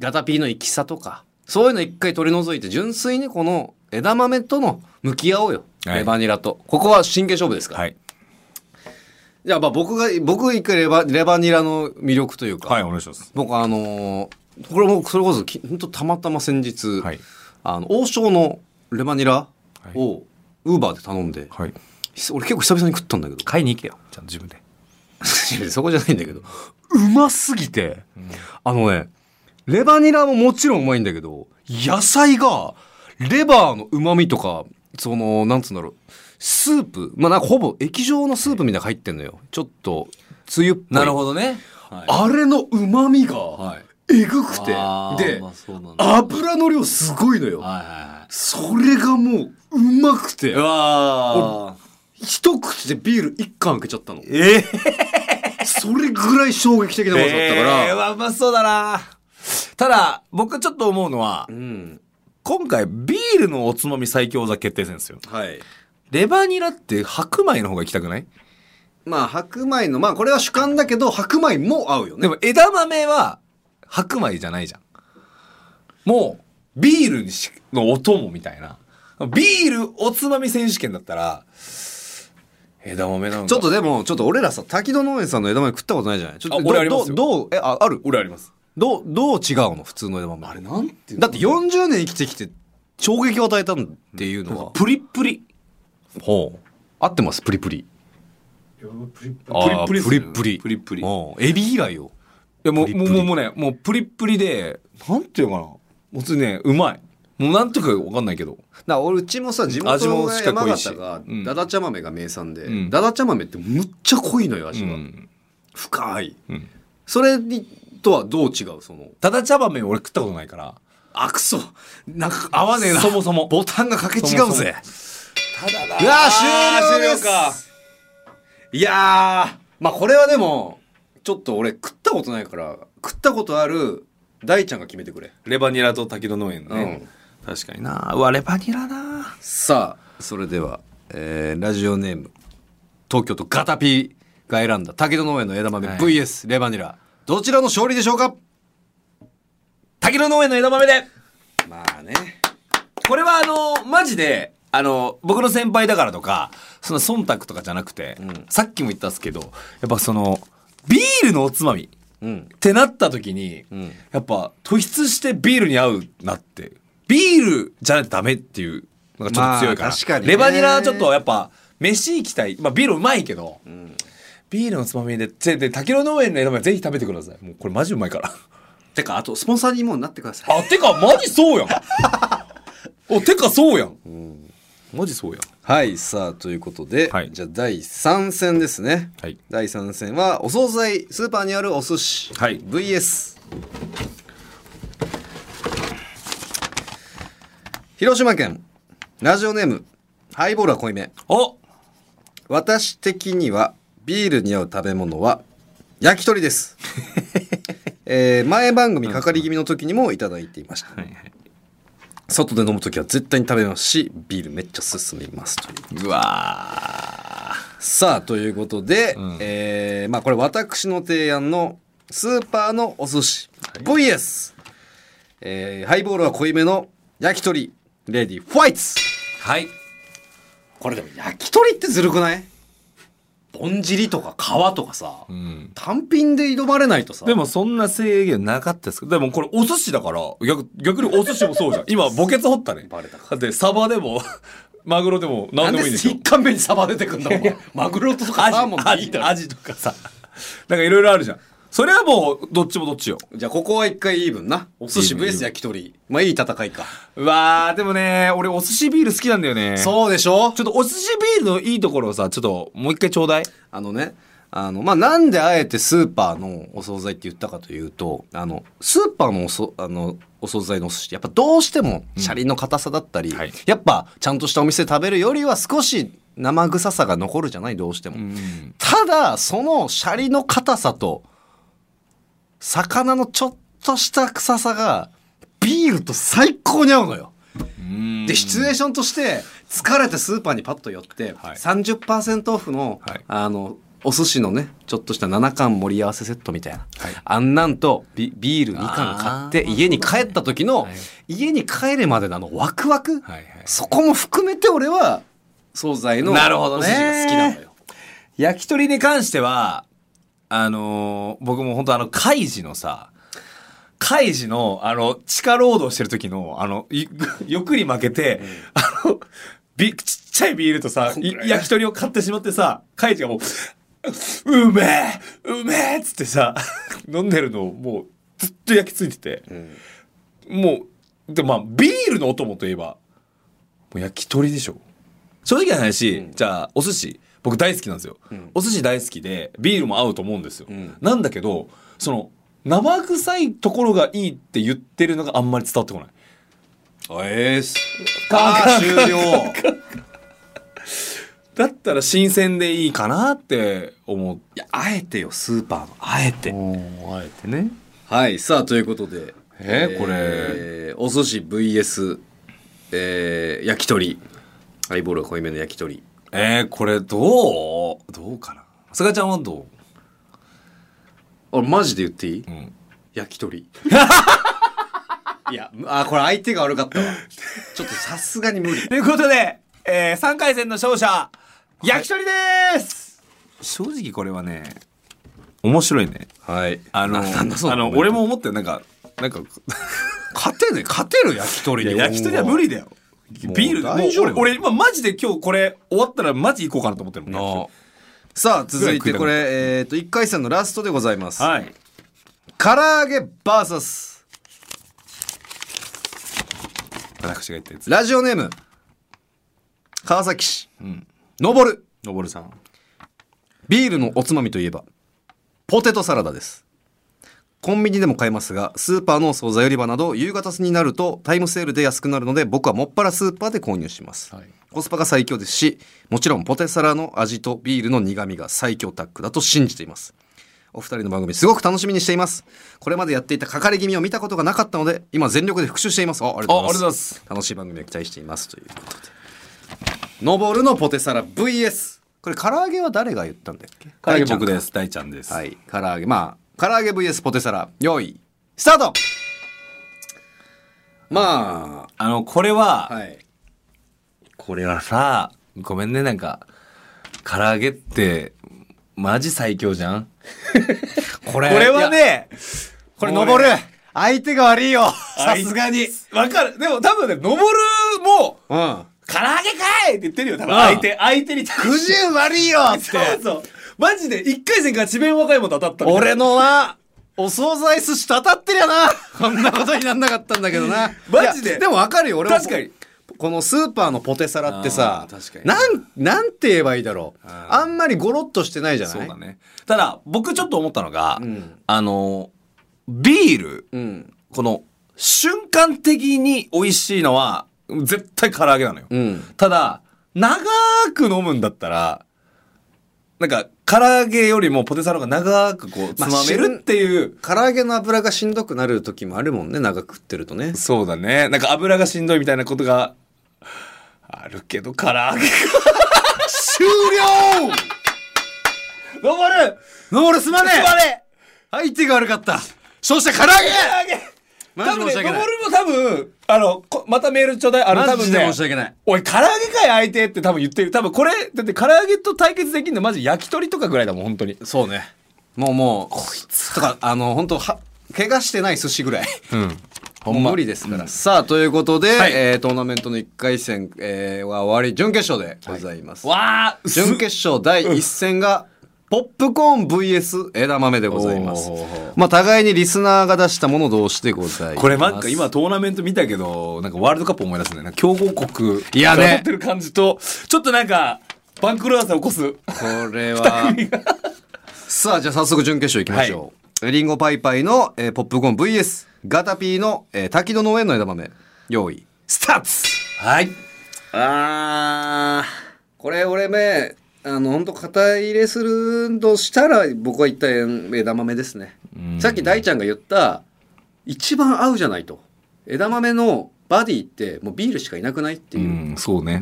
S1: ガタピーの粋さとかそういうの一回取り除いて純粋にこの枝豆との向き合おうよ、
S2: はい
S1: レバニラとここは真剣勝負ですから、
S2: はい。
S1: じゃあまあ僕が僕一回レバレバニラの魅力というか、
S2: はい、お願いします。
S1: 僕あのーこれもそれこそきほんとたまたま先日、
S2: はい
S1: あの王将のレバニラをウーバーで頼んで、
S2: はい。
S1: ひ俺結構久々に食ったんだけど
S2: 買いに行けよ。ちゃんと自分で。
S1: そこじゃないんだけど うますぎて、あのねレバニラももちろんうまいんだけど野菜がレバーのうまみとかそのなんつうんだろうスープまあなんかほぼ液状のスープみたいなのが入ってんのよちょっとつゆっぽい
S2: なるほどね。はい
S1: あれのうまみが、
S2: はい
S1: えぐくて
S2: あー
S1: で、
S2: まあそうなんだ
S1: 油の量すごいのよ
S2: はいはいはい。
S1: それがもううまくて
S2: うわ
S1: 一口でビール一缶開けちゃったの
S2: ーええ
S1: それぐらい衝撃的なことだったから、
S2: えーうわうまそうだなただ、僕ちょっと思うのは
S1: う、ん
S2: 今回ビールのおつまみ最強座決定戦ですよ。
S1: はい
S2: レバニラって白米の方が行きたくない
S1: まあ白米のまあこれは主観だけど白米も合うよね
S2: でも枝豆は白米じゃないじゃん。もう、ビールにしのお供みたいな。ビールおつまみ選手権だったら、枝豆なんか。
S1: ちょっとでもちょっと俺らさ滝戸農園さんの枝豆食ったことないじゃないちょっ
S2: あ
S1: とど
S2: 俺ありますよ
S1: どうどうえあある
S2: 俺あります。
S1: どうどう違うの普通の枝豆あれなん
S2: ていうの
S1: だって40年生きてきて衝撃を与えたっていうのは
S2: プリップリ。
S1: ほう合ってますプリプリ
S3: いやプリップリ
S2: あー
S1: プリプリ
S2: プリプリ
S1: うんエビ以外よ
S2: いやもう
S1: プリップリ
S2: もうもうねもうプリップリでなんていうのかなもう普通にねうまいもうなんとかわかんないけど
S1: だから俺うちもさ地元
S2: 味も
S1: が
S2: しか
S1: 山
S2: 濃いし
S1: 形が
S2: うん
S1: だだ茶豆が名産で、
S2: うん
S1: だだ茶豆ってむっちゃ濃いのよ味
S2: う
S1: が、
S2: ん
S1: 深い
S2: うん
S1: それにとはどう違うその
S2: ただ茶豆俺食ったことないから
S1: あくそなんか合わねえな
S2: そもそも
S1: ボタンがかけ違うぜ
S2: そもそもただだ
S1: うわ終了です
S2: 終了か
S1: いやーまあこれはでもちょっと俺食ったことないから食ったことある大ちゃんが決めてくれ
S2: レバニラと滝戸農園ね、確かになうわレバニラな
S1: さあそれでは、えーラジオネーム東京都ガタピーが選んだ竹戸農園の枝豆
S2: はい
S1: VS レバニラどちらの勝利でしょうか
S2: 滝戸農園の枝豆で
S1: まあね
S2: これはあのマジであの僕の先輩だからとかその忖度とかじゃなくて、
S1: ん
S2: さっきも言ったんですけどやっぱそのビールのおつまみ
S1: うん
S2: ってなった時に、
S1: ん
S2: やっぱ突出してビールに合うなってビールじゃダメっていうのがちょっと強いから,、
S1: まあ確かにね
S2: レバニラはちょっとやっぱ飯行きたい、まあ、ビールうまいけど、ビールのつまみで、ぜで、滝野農園の枝豆ぜひ食べてください。もうこれマジうまいから。
S1: てかあとスポンサーにもなってください
S2: あ、てか、マジそうやん。お、てか、そうやん。マジそうやん。
S1: はいさあということで、
S2: はい
S1: じゃあ第3戦ですね、
S2: はい
S1: 第3戦はお惣菜スーパーにあるお寿司、
S2: はい
S1: VS 広島県ラジオネームハイボールは濃いめ
S2: お
S1: 私的にはビールに合う食べ物は焼き鳥 です、えー前番組かかり気味の時にもいただいていました、外で飲む時は絶対に食べますしビールめっちゃ進みますという
S2: うわ
S1: さあということで、
S2: ん
S1: えーまあ、これ私の提案のスーパーのお寿司 VS、えーハイボールは濃いめの焼き鳥レディファイツ
S2: はい。
S1: これでも焼き鳥ってずるくないぼんじりとか皮とかさ、
S2: うん。
S1: 単品で挑まれないとさ
S2: でもそんな制限なかったですけど、でもこれお寿司だから、逆逆にお寿司もそうじゃん。今、墓穴掘ったね。
S1: バレた
S2: だ
S1: か
S2: って、サバでも、 マグロでも、
S1: な
S2: 何
S1: ん
S2: で
S1: で
S2: もいいんですよ
S1: 一。貫目にサバ出てくんだお前マグロとかサーモン
S2: ア
S1: でい
S2: ジ
S1: いだろ
S2: アジとかさ。なんかいろいろあるじゃん。それはもう、どっちもどっちよ。
S1: じゃあここは一回イーブンなお寿司
S2: イーブン
S1: VS 焼き鳥まあいい戦いか、
S2: うわー、でもね、俺お寿司ビール好きなんだよね。う。
S1: そうでしょ
S2: ちょっとお寿司ビールのいいところをさ、ちょっともう一回ちょうだい。
S1: あのね、あの、まあ、なんであえてスーパーのお惣菜って言ったかというと、あの、スーパーのおそ、あの、お惣菜のお寿司ってやっぱどうしてもシャリの硬さだったり、
S2: はい
S1: やっぱちゃんとしたお店で食べるよりは少し生臭さが残るじゃないどうしても。
S2: ん。
S1: ただ、そのシャリの硬さと、魚のちょっとした臭さが、ビールと最高に合うのよ。でシチュエーションとして疲れてスーパーにパッと寄って、
S2: はい
S1: 30%オフの,、
S2: はい
S1: あのお寿司のねちょっとした7貫盛り合わせセットみたいな、
S2: はい
S1: あんなんとビビール2缶買って家に帰った時の、
S2: はい
S1: 家に帰るまでのあのワクワク、
S2: はいはい
S1: そこも含めて俺は惣菜のお寿
S2: な
S1: 司
S2: る
S1: が
S2: ほど
S1: 好
S2: ね
S1: きなのよ。
S2: 焼き鳥に関しては、あのー僕も本当あの、カイジのさ、カイジの、あの、地下労働してる時の、あの、い 欲に負けて、あの、び、ちっちゃいビールとさ、い焼き鳥を買ってしまってさ、カイジがもう、うめえうめえっつってさ、 飲んでるのをもう、ずっと焼きついてて、もう、で、まあ、ビールのお供といえば、もう焼き鳥でしょ。正直な話、じゃあ、お寿司、僕大好きなんですよ、お寿司大好きで、ビールも合うと思うんですよ。
S1: ん
S2: なんだけど、その、生臭いところがいいって言ってるのがあんまり伝わってこない。
S1: えーすあー終了
S2: だったら新鮮でいいかなって思
S1: いやあえてよスーパーのあえて
S2: う。あえてね。
S1: はい、さあ、ということで。
S2: えーこれ
S1: ーお寿司 VS、えー焼き鳥。ハイボールは濃いめの焼き鳥。
S2: えー、これどうどうかな。すがちゃんはど
S1: あ、マジで言っていい、
S2: ううん。
S1: 焼き鳥。いや、あ、これ相手が悪かったわ。ちょっとさすがに無理。
S2: ということで、えー、3回戦の勝者、焼き鳥でーす、正直これはね、面白いね。
S1: はい。
S2: あの、
S1: ななんだそ
S2: あの俺。も思ったよ。なんか、なんか、
S1: 勝てね、勝てる焼き鳥
S2: いや
S1: に。
S2: 焼き鳥は無理だよ。
S1: もう
S2: ビール、
S1: 大丈夫
S2: もう俺、俺今マジで今日これ終わったらマジ行こうかなと思ってるもん
S1: な
S2: ね。
S1: さあ、続いてこ
S2: ぐら
S1: れ、えっ、と、1回戦のラストでございます。
S2: はい。
S1: 唐揚げ VS
S2: 私が言ったやつ。
S1: ラジオネーム川崎市
S2: うん。
S1: のぼる
S2: のぼるさん。
S1: ビールのおつまみといえばポテトサラダですコンビニでも買えますがスーパーのお惣菜売り場など夕方になるとタイムセールで安くなるので僕はもっぱらスーパーで購入します、
S2: はい
S1: コスパが最強ですしもちろんポテサラの味とビールの苦味が最強タッグだと信じていますお二人の番組すごく楽しみにしていますこれまでやっていたかかり気味を見たことがなかったので今全力で復習していますあありがとうございます
S2: あありがとうございます
S1: 楽しい番組を期待していますということでのぼるのポテサラ VS これ唐揚げは誰が言ったんだっけ
S2: 唐揚げ僕です。大ちゃんです。
S1: は。い唐揚げまあ唐揚げ VS ポテサラ用意スタートま
S2: あの、これは、
S1: あはい
S2: これはさ、ごめんね、なんか、唐揚げって、マジ最強じゃ ん
S1: これ
S2: これはね、
S1: これ登る相手が悪いよ
S2: さ
S1: さ
S2: す
S1: す
S2: が
S1: が
S2: に
S1: に。
S2: わかる。でも多分ね、登るも、
S1: うん
S2: 唐揚げかいって言ってるよ、多分
S1: ああ
S2: 相手、相手に対して
S1: 苦渋悪いよって
S2: そうそう。マジで、1回戦から智弁和歌山と当たったみたいな
S1: 俺のな、お惣菜寿司と当たってりゃな。こんなことになんなかったんだけど な。
S2: マジで
S1: いやでもわかるよ、俺も
S2: 確かに。
S1: このスーパーのポテサラってさ
S2: あー確か、に
S1: なん、なんて言えばいいだろう。あんまりゴロッとしてないじゃない
S2: そうだね。ただ、僕ちょっと思ったのが、
S1: ん
S2: あの、ビール、
S1: うん。
S2: この、瞬間的に美味しいのは、絶対唐揚げなのよ。
S1: うん。
S2: ただ、長く飲むんだったら、なんか、唐揚げよりもポテサラが長くこう、つ
S1: まあ
S2: まめるっていう。
S1: 唐揚げの油がしんどくなる時もあるもんね、長く食ってるとね。
S2: そうだね。なんか油がしんどいみたいなことが、あるけど、唐揚げが。
S1: 終了
S2: 頑張る
S1: ノールすまね
S2: 頑張
S1: え
S2: れ
S1: 相手が悪かった勝者唐揚げ
S2: 唐揚げ
S1: マジ
S2: 多分
S1: 申
S2: ね、
S1: し訳ない
S2: 登るも多分、あの、こまたメールちょうだい。あの、多
S1: マ
S2: 分
S1: ジで
S2: ね
S1: 申、し訳ない。
S2: おい、唐揚げかい相手って多分言ってる。多分これ、だって唐揚げと対決できるのマジ焼き鳥とかぐらいだもん、本当に。
S1: そうね。もうもう、こいつ。とか、あの、本当は、怪我してない寿司ぐらい。
S2: うん。
S1: ほんま。無理ですから。さあ、ということで、えートーナメントの1回戦、えーは終わり、準決勝でございます。
S2: わー、
S1: 準決勝第1戦が、ポップコーン VS 枝豆でございます
S2: おー。
S1: まあ、互いにリスナーが出したもの同士でございます。
S2: これなんか今トーナメント見たけど、なんかワールドカップ思い出すね。なんか強豪国
S1: いやね
S2: が当たってる感じと、ちょっとなんか、番狂わせ起こす。
S1: これは。さあ、じゃあ早速準決勝いきましょう。リンゴパイパイの、えーポップコーン VS、ガタピーの、えー滝戸農園の枝豆。用意、スターツ
S2: はい。
S1: あー、これ俺め、あの、本当肩入れするとしたら、僕は一体枝豆ですね。さっき大ちゃんが言った、一番合うじゃないと。枝豆のバディって、もうビールしかいなくないって
S2: う
S1: いう。
S2: ん、そうね。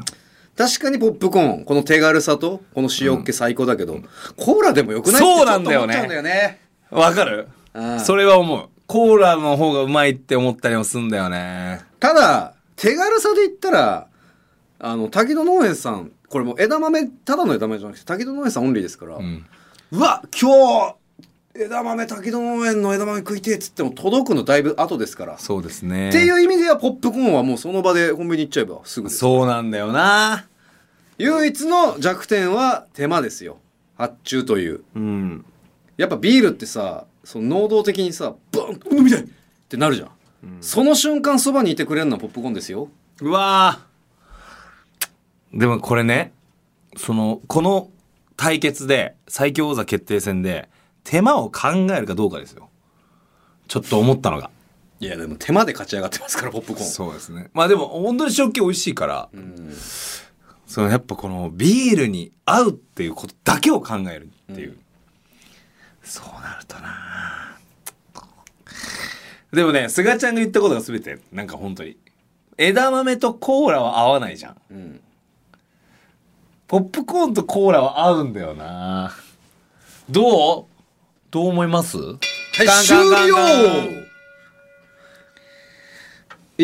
S1: 確かにポップコーンこの手軽さとこの塩っ気最高だけど、コーラでもよくないって
S2: そうなんだよね
S1: ちょっと思っちゃうんだよね
S2: わかる
S1: うん
S2: それは思う。コーラの方がうまいって思ったりもすんだよね。
S1: ただ手軽さで言ったらあの滝戸農園さんこれもう枝豆ただの枝豆じゃなくて滝戸農園さんオンリーですから、う
S2: うん。
S1: わ今日枝豆滝戸農園の枝豆食いてえっつっても届くのだいぶ後ですから、
S2: そうですね。
S1: っていう意味ではポップコーンはもうその場でコンビニ行っちゃえばすぐです
S2: そうなんだよな。
S1: 唯一の弱点は手間ですよ発注という
S2: うん。
S1: やっぱビールってさその能動的にさブン飲みたいってなるじゃん、その瞬間そばにいてくれるのはポップコーンですよ
S2: うわーでもこれね、その、この対決で、最強王座決定戦で、手間を考えるかどうかですよ。ちょっと思ったのが。
S1: いやでも手間で勝ち上がってますからポップコーン
S2: うですね。まあでも、本当に食器美味しいから、そのやっぱこのビールに合うっていうことだけを考えるっていう。そうなるとなでもね、すがちゃんが言ったことが全て、なんか本当に。枝豆とコーラは合わないじゃん。
S1: うん
S2: ポップコーンとコーラは合うんだよなどうどう思います
S1: はい
S2: ガンガンガンガン
S1: 終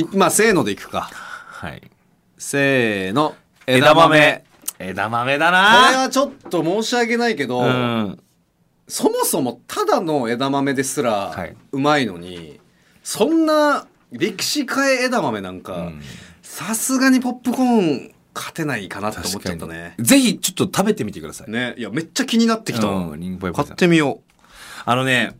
S1: 了いまあせーのでいくか
S2: はい。
S1: せーの
S2: 枝豆。枝豆だ
S1: これ
S2: な
S1: はちょっと申し訳ないけど、
S2: うん。
S1: そもそもただの枝豆ですら
S2: はいう
S1: まいのに、そんな歴史変え枝豆なんか
S2: ん
S1: さすがにポップコーン勝てないかなって思っちゃったね
S2: ぜひちょっと食べてみてください。
S1: ねいやめっちゃ気になってきた、
S2: うんリンゴパイパイ
S1: 買
S2: さん
S1: ってみよ
S2: あのね、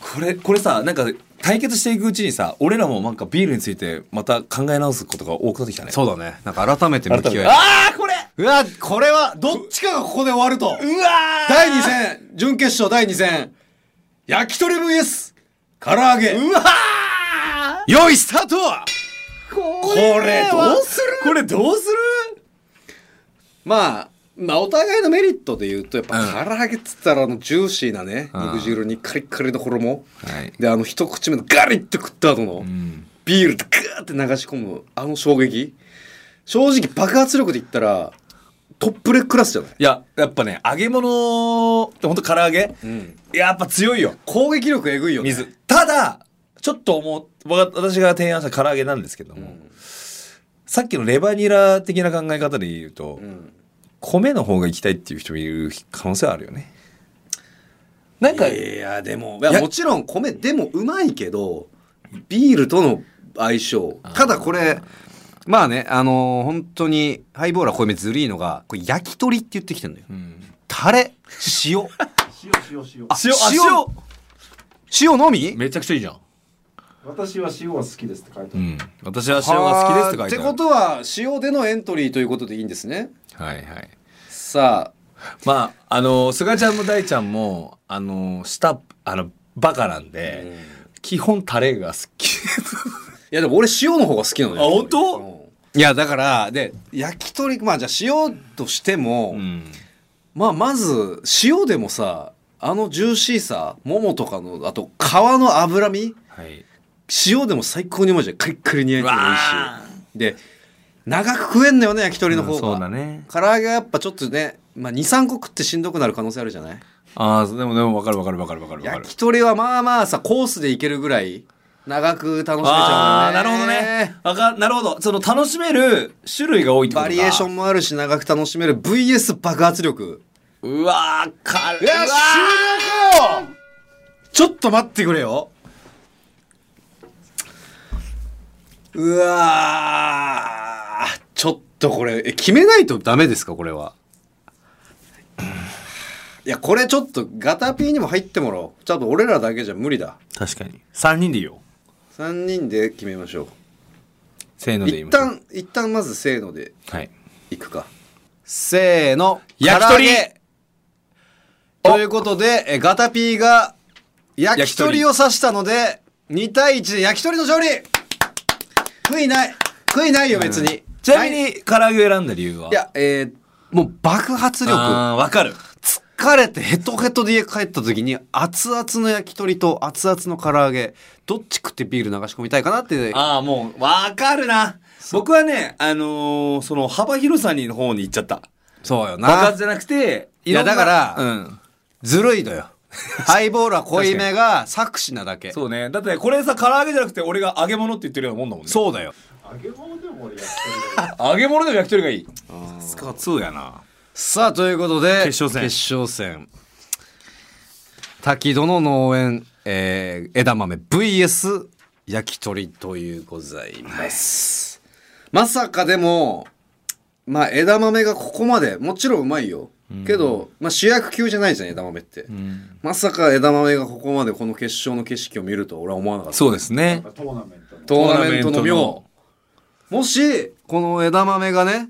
S2: これ、これさ、なんか対決していくうちにさ、俺らもなんかビールについてまた考え直すことが多くなってきたね。
S1: うそうだねなんか改めて向き合い
S2: ああこれ
S1: うわこれはどっちかがここで終わると
S2: うわー
S1: 第2戦準決勝第2戦焼き鳥 VS 唐揚げ
S2: うわー
S1: よいスタート
S2: こ
S1: これどうする
S2: これどうする
S1: まあまあお互いのメリットで言うとやっぱ
S2: う
S1: 唐揚げっつったらあのジューシーなね、
S2: うん
S1: 肉汁にカリッカリの衣、
S2: はい
S1: であの一口目のガリッと食った後の、
S2: うん。
S1: ビールでガーって流し込むあの衝撃正直爆発力で言ったらトップレクラスじゃない、
S2: いや、やっぱね、揚げ物ってほんと唐揚げ、やっぱ強いよ。
S1: 攻撃力えぐいよね
S2: 水。ただ、ちょっと思う、わ私が提案した唐揚げなんですけども、さっきのレバニラ的な考え方で言うと、
S1: ん
S2: 米の方が行きたいっていう人もいる可能性はあるよね。なんか、
S1: いやでもいや
S2: いや
S1: もちろん米でもうまいけどビールとの相性ただこれまあねあのー本当にハイボーラー濃いめずるいのがこれ焼き鳥って言ってきてるんだよ
S2: うん、タレ塩
S3: 塩塩塩
S2: 塩
S1: 塩塩のみ
S2: めちゃくちゃいいじゃん、
S3: 私は塩が好きですって書いてある、
S2: ん、私は塩が好きですって書いてある
S1: はあってことは塩でのエントリーということでいいんですね
S2: はいはい
S1: さあ
S2: まああの菅ちゃんも大ちゃんもあの下あのバカなんで、基本タレが好き
S1: いやでも俺塩の方が好きなのよ
S2: あ本当
S1: うんいやだからで焼き鳥まあじゃあ塩としても、
S2: うん
S1: まあまず塩でもさあのジューシーさももとかのあと皮の脂身
S2: はい
S1: 塩でも最高にうまいじゃんカリッカリに焼いてもいいし
S2: わ
S1: で長く食えんのよね焼き鳥の方が、
S2: そうだね
S1: 唐揚げはやっぱちょっとね、まあ、23個食ってしんどくなる可能性あるじゃない
S2: ああでもでも分かる分かる分かる分かる分かる
S1: 焼き鳥はまあまあさコースでいけるぐらい長く楽しめち
S2: あ
S1: ゃ
S2: あ
S1: う
S2: なるほどねわかなるほどその楽しめる種類が多いってことか
S1: バリエーションもあるし長く楽しめる VS 爆発力
S2: うわーかる
S1: うわ終了ちょっと待ってくれようわーちょっとこれえ決めないとダメですかこれはいやこれちょっとガタピーにも入ってもらおうちょっと俺らだけじゃ無理だ
S2: 確かに3人でいいよ
S1: 3人で決めましょ
S2: せーの
S1: う
S2: で言い
S1: 一
S2: ましょう
S1: 旦一旦まずせーので
S2: はい
S1: いくかせーの
S2: 焼き鳥
S1: 唐揚げということでえガタピーが焼き鳥を指したので2対1で焼き鳥の勝利食いない食いないよ別に、
S2: ちなみ
S1: はい、
S2: に唐揚げを選んだ理由はい
S1: やえーもう爆発力
S2: あー分かる
S1: 疲れてヘトヘトで家帰った時に熱々の焼き鳥と熱々の唐揚げどっち食ってビール流し込みたいかなって
S2: ああもう分かるな僕はねあのーその幅広さにの方に行っちゃった
S1: そうよな
S2: 爆発じゃなくて
S1: いや
S2: ろんな
S1: だから
S2: うん
S1: ずる いのよハイボールは濃いめが作詞なだけ
S2: そうねだってこれさ唐揚げじゃなくて俺が揚げ物って言ってるようなもんだもんね
S1: そうだよ
S3: 揚げ物でも俺やってる
S2: 揚げ物でも焼き鳥がいいさすが2やな
S1: さあということで
S2: 決勝戦
S1: 決勝戦滝戸の農園、えー枝豆 VS 焼き鳥というございます、まさかでもまあ枝豆がここまでもちろんうまいよ、けど、まあ、主役級じゃないじゃん枝豆って、まさか枝豆がここまでこの決勝の景色を見るとは俺は思わなかった
S2: そうですね
S3: トーナメントの
S1: トーナメントの
S2: トーナメン
S1: 妙もしこの枝豆がね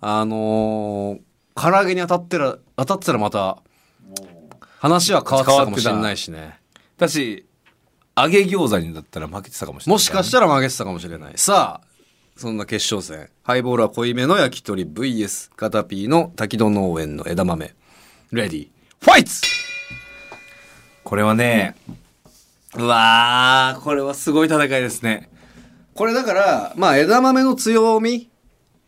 S1: あのー、唐揚げに当たってら当たってたらまた
S3: もう
S1: 話は変わってたかもしれないしね
S2: だし揚げ餃子にだったら負けてたかもしれない
S1: もしかしたら曲げてたかもしれないさあそんな決勝戦ハイボールは濃いめの焼き鳥 VS カタピーの滝戸農園の枝豆レディーファイツ
S2: これはねうわーこれはすごい戦いですね
S1: これだからまあ枝豆の強み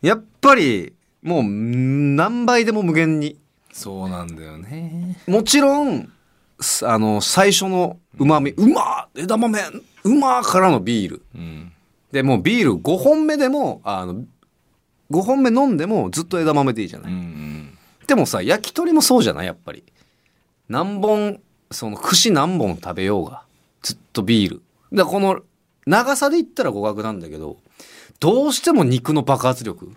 S1: やっぱりもう何倍でも無限に
S2: そうなんだよね
S1: もちろん、すあの、最初のうまみ、うまー枝豆うまーからのビール。
S2: うん
S1: で、もうビール5本目でも、あの、5本目飲んでもずっと枝豆でいいじゃ
S2: う
S1: なんい。
S2: うん
S1: でもさ、焼き鳥もそうじゃないやっぱり。何本、その串何本食べようが、ずっとビール。だからこの、長さで言ったら互角なんだけど、どうしても肉の爆発力。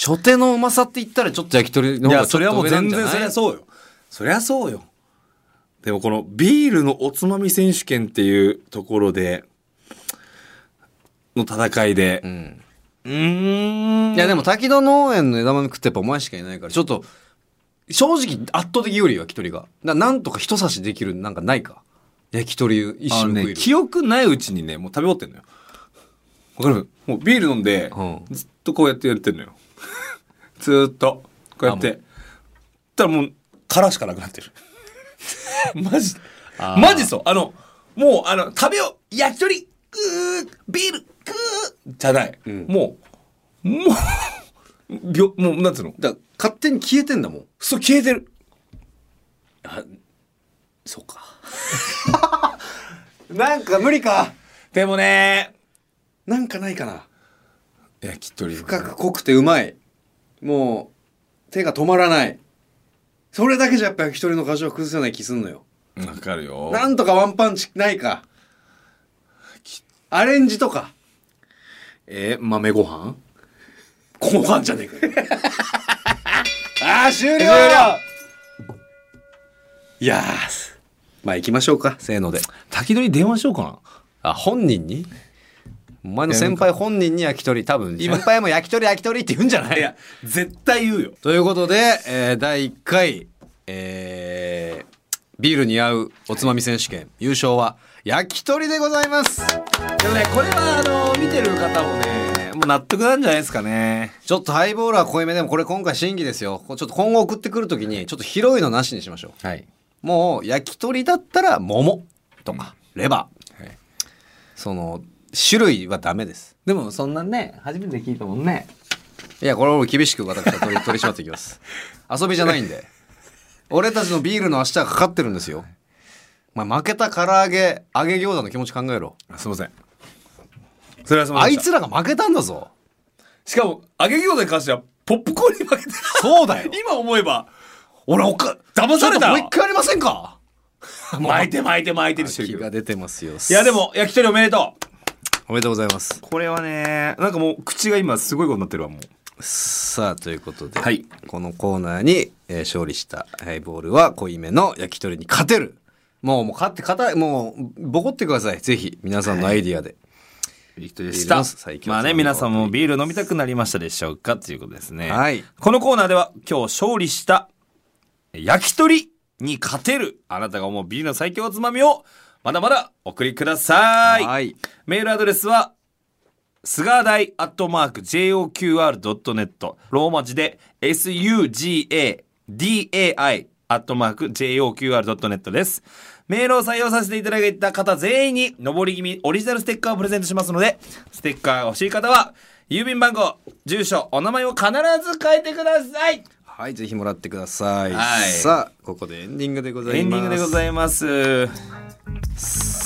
S1: 初手のうまさって言ったらちょっと焼き鳥の
S2: い
S1: 方が
S2: や
S1: ちょ
S2: そ
S1: っ
S2: れは
S1: と
S2: もう
S1: 上なん
S2: 全
S1: じゃない
S2: 然そりゃそうよそりゃそうよでもこのビールのおつまみ選手権っていうところでの戦いで
S1: うん。
S2: うーん
S1: いやでも滝戸農園の枝豆食ってやっぱお前しかいないからちょっと正直圧倒的有利よ焼き鳥がだからなんとか一刺しできるなんかないか焼き鳥一
S2: あ
S1: 瞬
S2: の
S1: 食え
S2: ね
S1: る、
S2: 記憶ないうちにねもう食べ終わってんのよわかるもうビール飲んで、
S1: うん
S2: ずっとこうやってやってんのよ ずーっとこうやってたらもう殻しかなくな ってるマジマジそうあのもうあの食べよう焼き鳥うービールくーじゃない、
S1: ん
S2: もうもうびょもうなんつうの
S1: だから勝手に消えてんだもん
S2: そう消えてる
S1: そうかなんか無理か
S2: でもね
S1: なんかないかな
S2: 焼き鳥
S1: 深く濃くてうまいもう手が止まらないそれだけじゃやっぱ焼き鳥の味は崩せない気すんのよ
S2: わかるよ
S1: なんとかワンパンチないかアレンジとか
S2: えー豆ご飯
S1: 後半じゃねえかよあ
S4: あ終了
S1: いやーまあ行きましょうかせーので
S2: 滝戸に電話しようかな。
S1: あ本人にお前の先輩本人に焼き鳥多分先輩も焼き鳥焼き鳥って言うんじゃない
S2: いや、 絶対言うよ。
S1: ということで、えー第1回、えービールに合うおつまみ選手権優勝は焼き鳥でございます
S2: でもね、これはあの、見てる方もね、もう納得なんじゃないですかね。
S1: ちょっとハイボールは濃いめでもこれ今回審議ですよこうちょっと今後送ってくるときにちょっと広いのなしにしましょう
S2: はい。
S1: もう焼き鳥だったら桃とかレバー、
S2: はい
S1: その種類はダメです
S2: でもそんなね、初めて聞いたもんね。
S1: いやこれは俺厳しく私は取り取り締まっていきます遊びじゃないんで俺たちのビールの明日がかかってるんですよお前負けた唐揚げ揚げ餃子の気持ち考えろ
S2: すいません。それはすいま
S1: あ
S2: せん。
S1: いつらが負けたんだぞ
S2: しかも、揚げ餃子に関しては、ポップコーンに負けてる。
S1: そうだよ
S2: 今思えば、
S1: 俺おか
S2: 騙された
S1: ちょっともう一回ありませんか
S2: 巻いて巻いて巻いてにして
S1: 気
S2: るけど
S1: が。出てますよ
S2: いや、でも、焼き鳥おめでとう。
S1: おめでとうございます
S2: これはね、なんかもう、口が今すごいことになってるわ、もう。
S1: さあということで、
S2: はい
S1: このコーナーに、えー勝利したハイボールは濃いめの焼き鳥に勝てるもうもう勝って勝たもうボコってくださいぜひ皆さんのアイディアで、
S2: ビールで
S1: し
S2: したた。まあね、皆さんもビール飲みたくなりましたでしょうかということですね。
S1: はい
S2: このコーナーでは今日勝利した焼き鳥に勝てるあなたが思うビールの最強おつまみをまだまだお送りください。
S1: はい
S2: メールアドレスは、すがだいアットマーク JOQR.net ローマ字で SUGADAI アットマーク JOQR.net です。メールを採用させていただいた方全員に、上り気味オリジナルステッカーをプレゼントしますので、ステッカーが欲しい方は、郵便番号、住所、お名前を必ず書いてください
S1: はい、ぜひもらってください。
S2: はい
S1: さあ、ここでエンディングでござ
S2: エ
S1: い
S2: ンデ
S1: ま
S2: ィ
S1: す。
S2: ングでご
S1: い
S2: ざいます。さ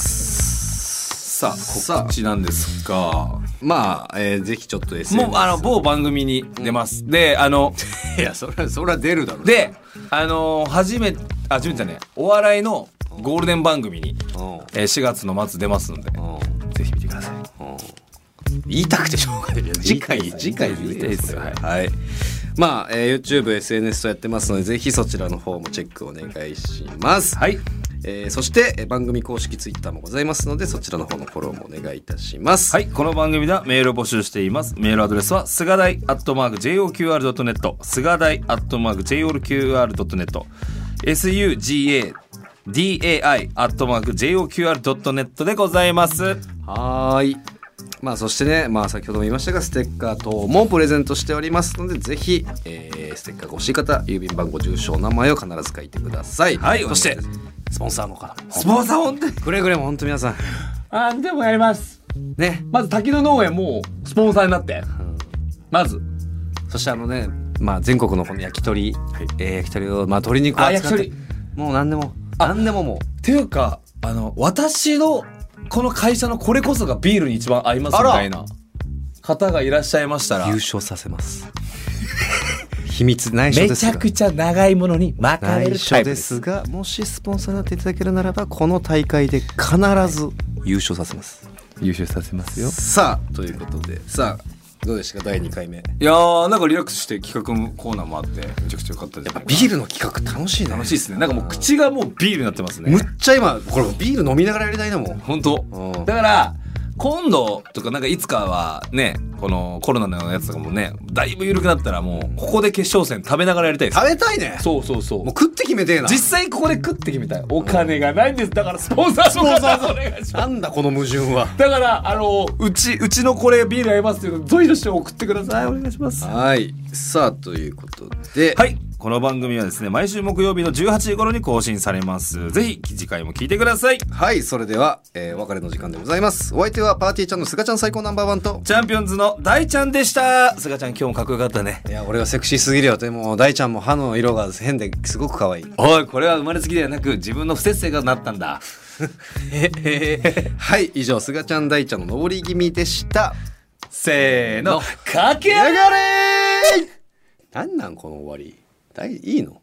S1: さ
S2: あ、
S1: あ
S2: 告知なんですが、
S1: まあ、えーぜひちょっと SNS。
S2: もう、あの、某番組に出ます。で、あの、
S1: いや、それは、それは出るだろう。、
S2: で、あのー初め、あ、初めてじゃねえ、お笑いのゴールデン番組に、
S1: うん。うん。
S2: えー4月の末出ますので、ぜひ見てください。
S1: 言いたくてしょうがない。次回、次回言いたいですよ。
S2: は
S1: はいい。まあ、えー YouTube、SNS とやってますので、ぜひそちらの方もチェックお願いします。
S2: はい。
S1: えーそして、えー番組公式 Twitter もございますので、そちらの方のフォローもお願いいたします。。
S2: はいい、この番組ではメールを募集しています。メールアドレスは、すがだい、アットマーク、JOQR.net、すがだい、アットマーク、JOQR.net、SUGA、DAI、アットマーク、JOQR.net でございます。
S1: はーい。まあそしてね、まあ先ほども言いましたが、ステッカー等もプレゼントしておりますので、ぜひ、えーステッカーが欲しい方、郵便番号、住所、お名前を必ず書いてください。
S2: はい
S1: そして、スポンサーの方も。
S2: スポンサー本当に。
S1: くれぐれも本当皆さん、
S2: あ、でもやります。
S1: ね。
S2: まず、滝野農園もスポンサーになって。まず、
S1: そしてあのね、まあ全国のこの焼き鳥、えー焼き鳥を、まあ鶏肉を
S2: あ焼
S1: 扱
S2: き
S1: って、
S2: 鳥
S1: もう何でも、何でももう。
S2: っていうかあの私のこの会社のこれこそがビールに一番合いますみたいな方がいらっしゃいましたら
S1: 優勝させます。秘密内緒
S2: め
S1: です
S2: ち
S1: が
S2: ゃくちゃ長いものに巻かれ
S1: 内
S2: るタイ
S1: 緒
S2: プ
S1: で
S2: です
S1: すがもしスポンサーになっていただけるならばこの大会で必ず優勝させます
S2: 優勝させますよ
S1: さあということでさあどうでしたか第2回目や
S2: いやーなんかリラックスして企画もコーナーもあってめちゃくちゃ良かったです
S1: っぱビールの企画楽しいね
S2: 楽しいですねなんかもう口がもうビールになってますね
S1: むっちゃ今これビール飲みながらやりたいなもん
S2: 本当、
S1: うん
S2: だから今度とかなんかいつかはねこのコロナのやつとかもねだいぶ緩くなったらもうここで決勝戦食べながらやりたいです
S1: 食べたいね
S2: そうそうそう
S1: もう食って決めてえな
S2: 実際ここで食ってきみたいお金がないんですだからスポンサーの方お願いします
S1: なんだこの矛盾は
S2: だからあのうちうちのこれビール合いますっていうのどういうして送ってくださいお願いしますは
S1: はいさあということで、
S2: いこの番組はですね毎週木曜日の18時頃に更新されますぜひ次回も聞いてください
S1: はいそれでは、えーお別れの時間でございますお相手はパーティーちゃんのすがちゃん最高ナンバーワンと
S2: チャンピオンズの大ちゃんでしたすがちゃん今日もかっこよかったね
S1: いや俺はセクシーすぎるよでも大ちゃんも歯の色が変ですごく可愛い
S2: おいこれは生まれつきではなく自分の不節制がなったんだ
S1: はい、以上、すがちゃん大ちゃんの登り気味でした。
S2: せーのかけ上が
S1: やがれーなんなんこの終わり。だいいいの